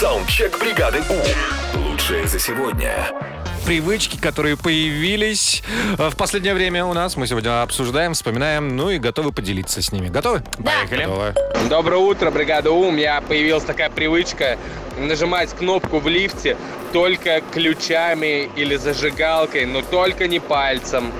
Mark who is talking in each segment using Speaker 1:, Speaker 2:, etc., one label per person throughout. Speaker 1: Саундчек бригады У. Лучшее за сегодня.
Speaker 2: Привычки, которые появились э, в последнее время у нас. Мы сегодня обсуждаем, вспоминаем, ну и готовы поделиться с ними. Готовы?
Speaker 3: Да.
Speaker 2: Готовы.
Speaker 4: Доброе утро, бригада У. У меня появилась такая привычка нажимать кнопку в лифте только ключами или зажигалкой, но только не пальцем.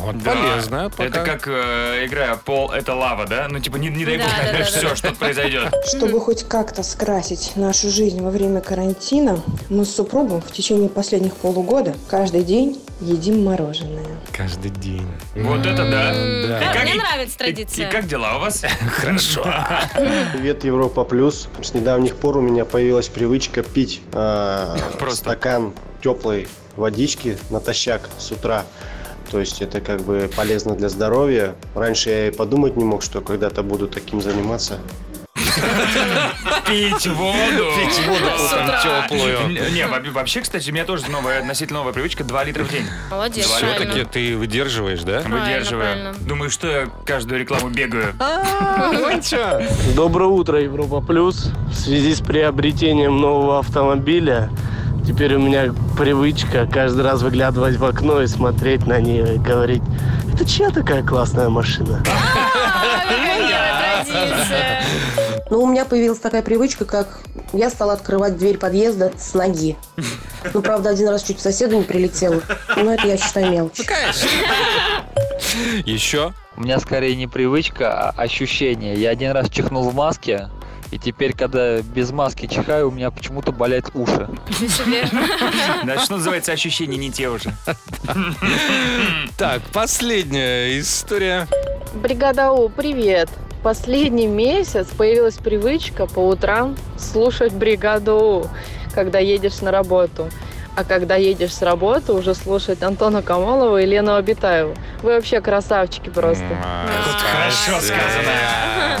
Speaker 2: Вот,
Speaker 5: Да.
Speaker 2: Полезно. пока.
Speaker 5: Это как э, игра «Пол — это лава», да? Ну, типа, не, не дай
Speaker 3: Да,
Speaker 5: бог,
Speaker 3: да, да, да,
Speaker 5: все,
Speaker 3: да.
Speaker 5: что произойдет.
Speaker 6: Чтобы хоть как-то скрасить нашу жизнь во время карантина, мы с супругом в течение последних полугода каждый день едим мороженое.
Speaker 2: Каждый день.
Speaker 5: Вот это да.
Speaker 2: Да.
Speaker 5: И
Speaker 3: Да,
Speaker 5: как-
Speaker 3: мне
Speaker 5: и-
Speaker 3: нравится
Speaker 5: и-
Speaker 3: традиция.
Speaker 5: И как дела у вас? Хорошо.
Speaker 7: Привет, Европа Плюс. С недавних пор у меня появилась привычка пить э,
Speaker 5: Просто.
Speaker 7: стакан теплой водички натощак с утра. То есть это как бы полезно для здоровья. Раньше я и подумать не мог, что когда-то буду таким заниматься.
Speaker 5: Пить воду.
Speaker 2: Пить воду утром теплую.
Speaker 5: Н- Не, во- вообще, кстати, у меня тоже новая, относительно новая привычка 2 литра в день.
Speaker 3: Молодец,
Speaker 5: Два
Speaker 3: правильно.
Speaker 2: Все-таки ты выдерживаешь, да?
Speaker 3: Правильно,
Speaker 5: Выдерживаю.
Speaker 3: правильно.
Speaker 5: Думаю, что я каждую рекламу бегаю.
Speaker 8: Доброе утро, Европа Плюс. В связи с приобретением нового автомобиля теперь у меня привычка каждый раз выглядывать в окно и смотреть на нее и говорить, это чья такая классная машина?
Speaker 3: А, какая традиция.
Speaker 9: Ну, у меня появилась такая привычка, как я стала открывать дверь подъезда с ноги. Ну, правда, один раз чуть соседу не прилетело, но это я считаю мелочь.
Speaker 2: Еще?
Speaker 10: У меня скорее не привычка, а ощущение. Я один раз чихнул в маске, и теперь, когда без маски чихаю, у меня почему-то болят уши.
Speaker 5: Значит, что называется, ощущения не те уже.
Speaker 2: Так, последняя история.
Speaker 6: Бригада У, привет! Последний месяц появилась привычка по утрам слушать бригаду У, когда едешь на работу. А когда едешь с работы, уже слушать Антона Камолова и Лену Абитаеву. Вы вообще красавчики просто.
Speaker 5: Хорошо сказано.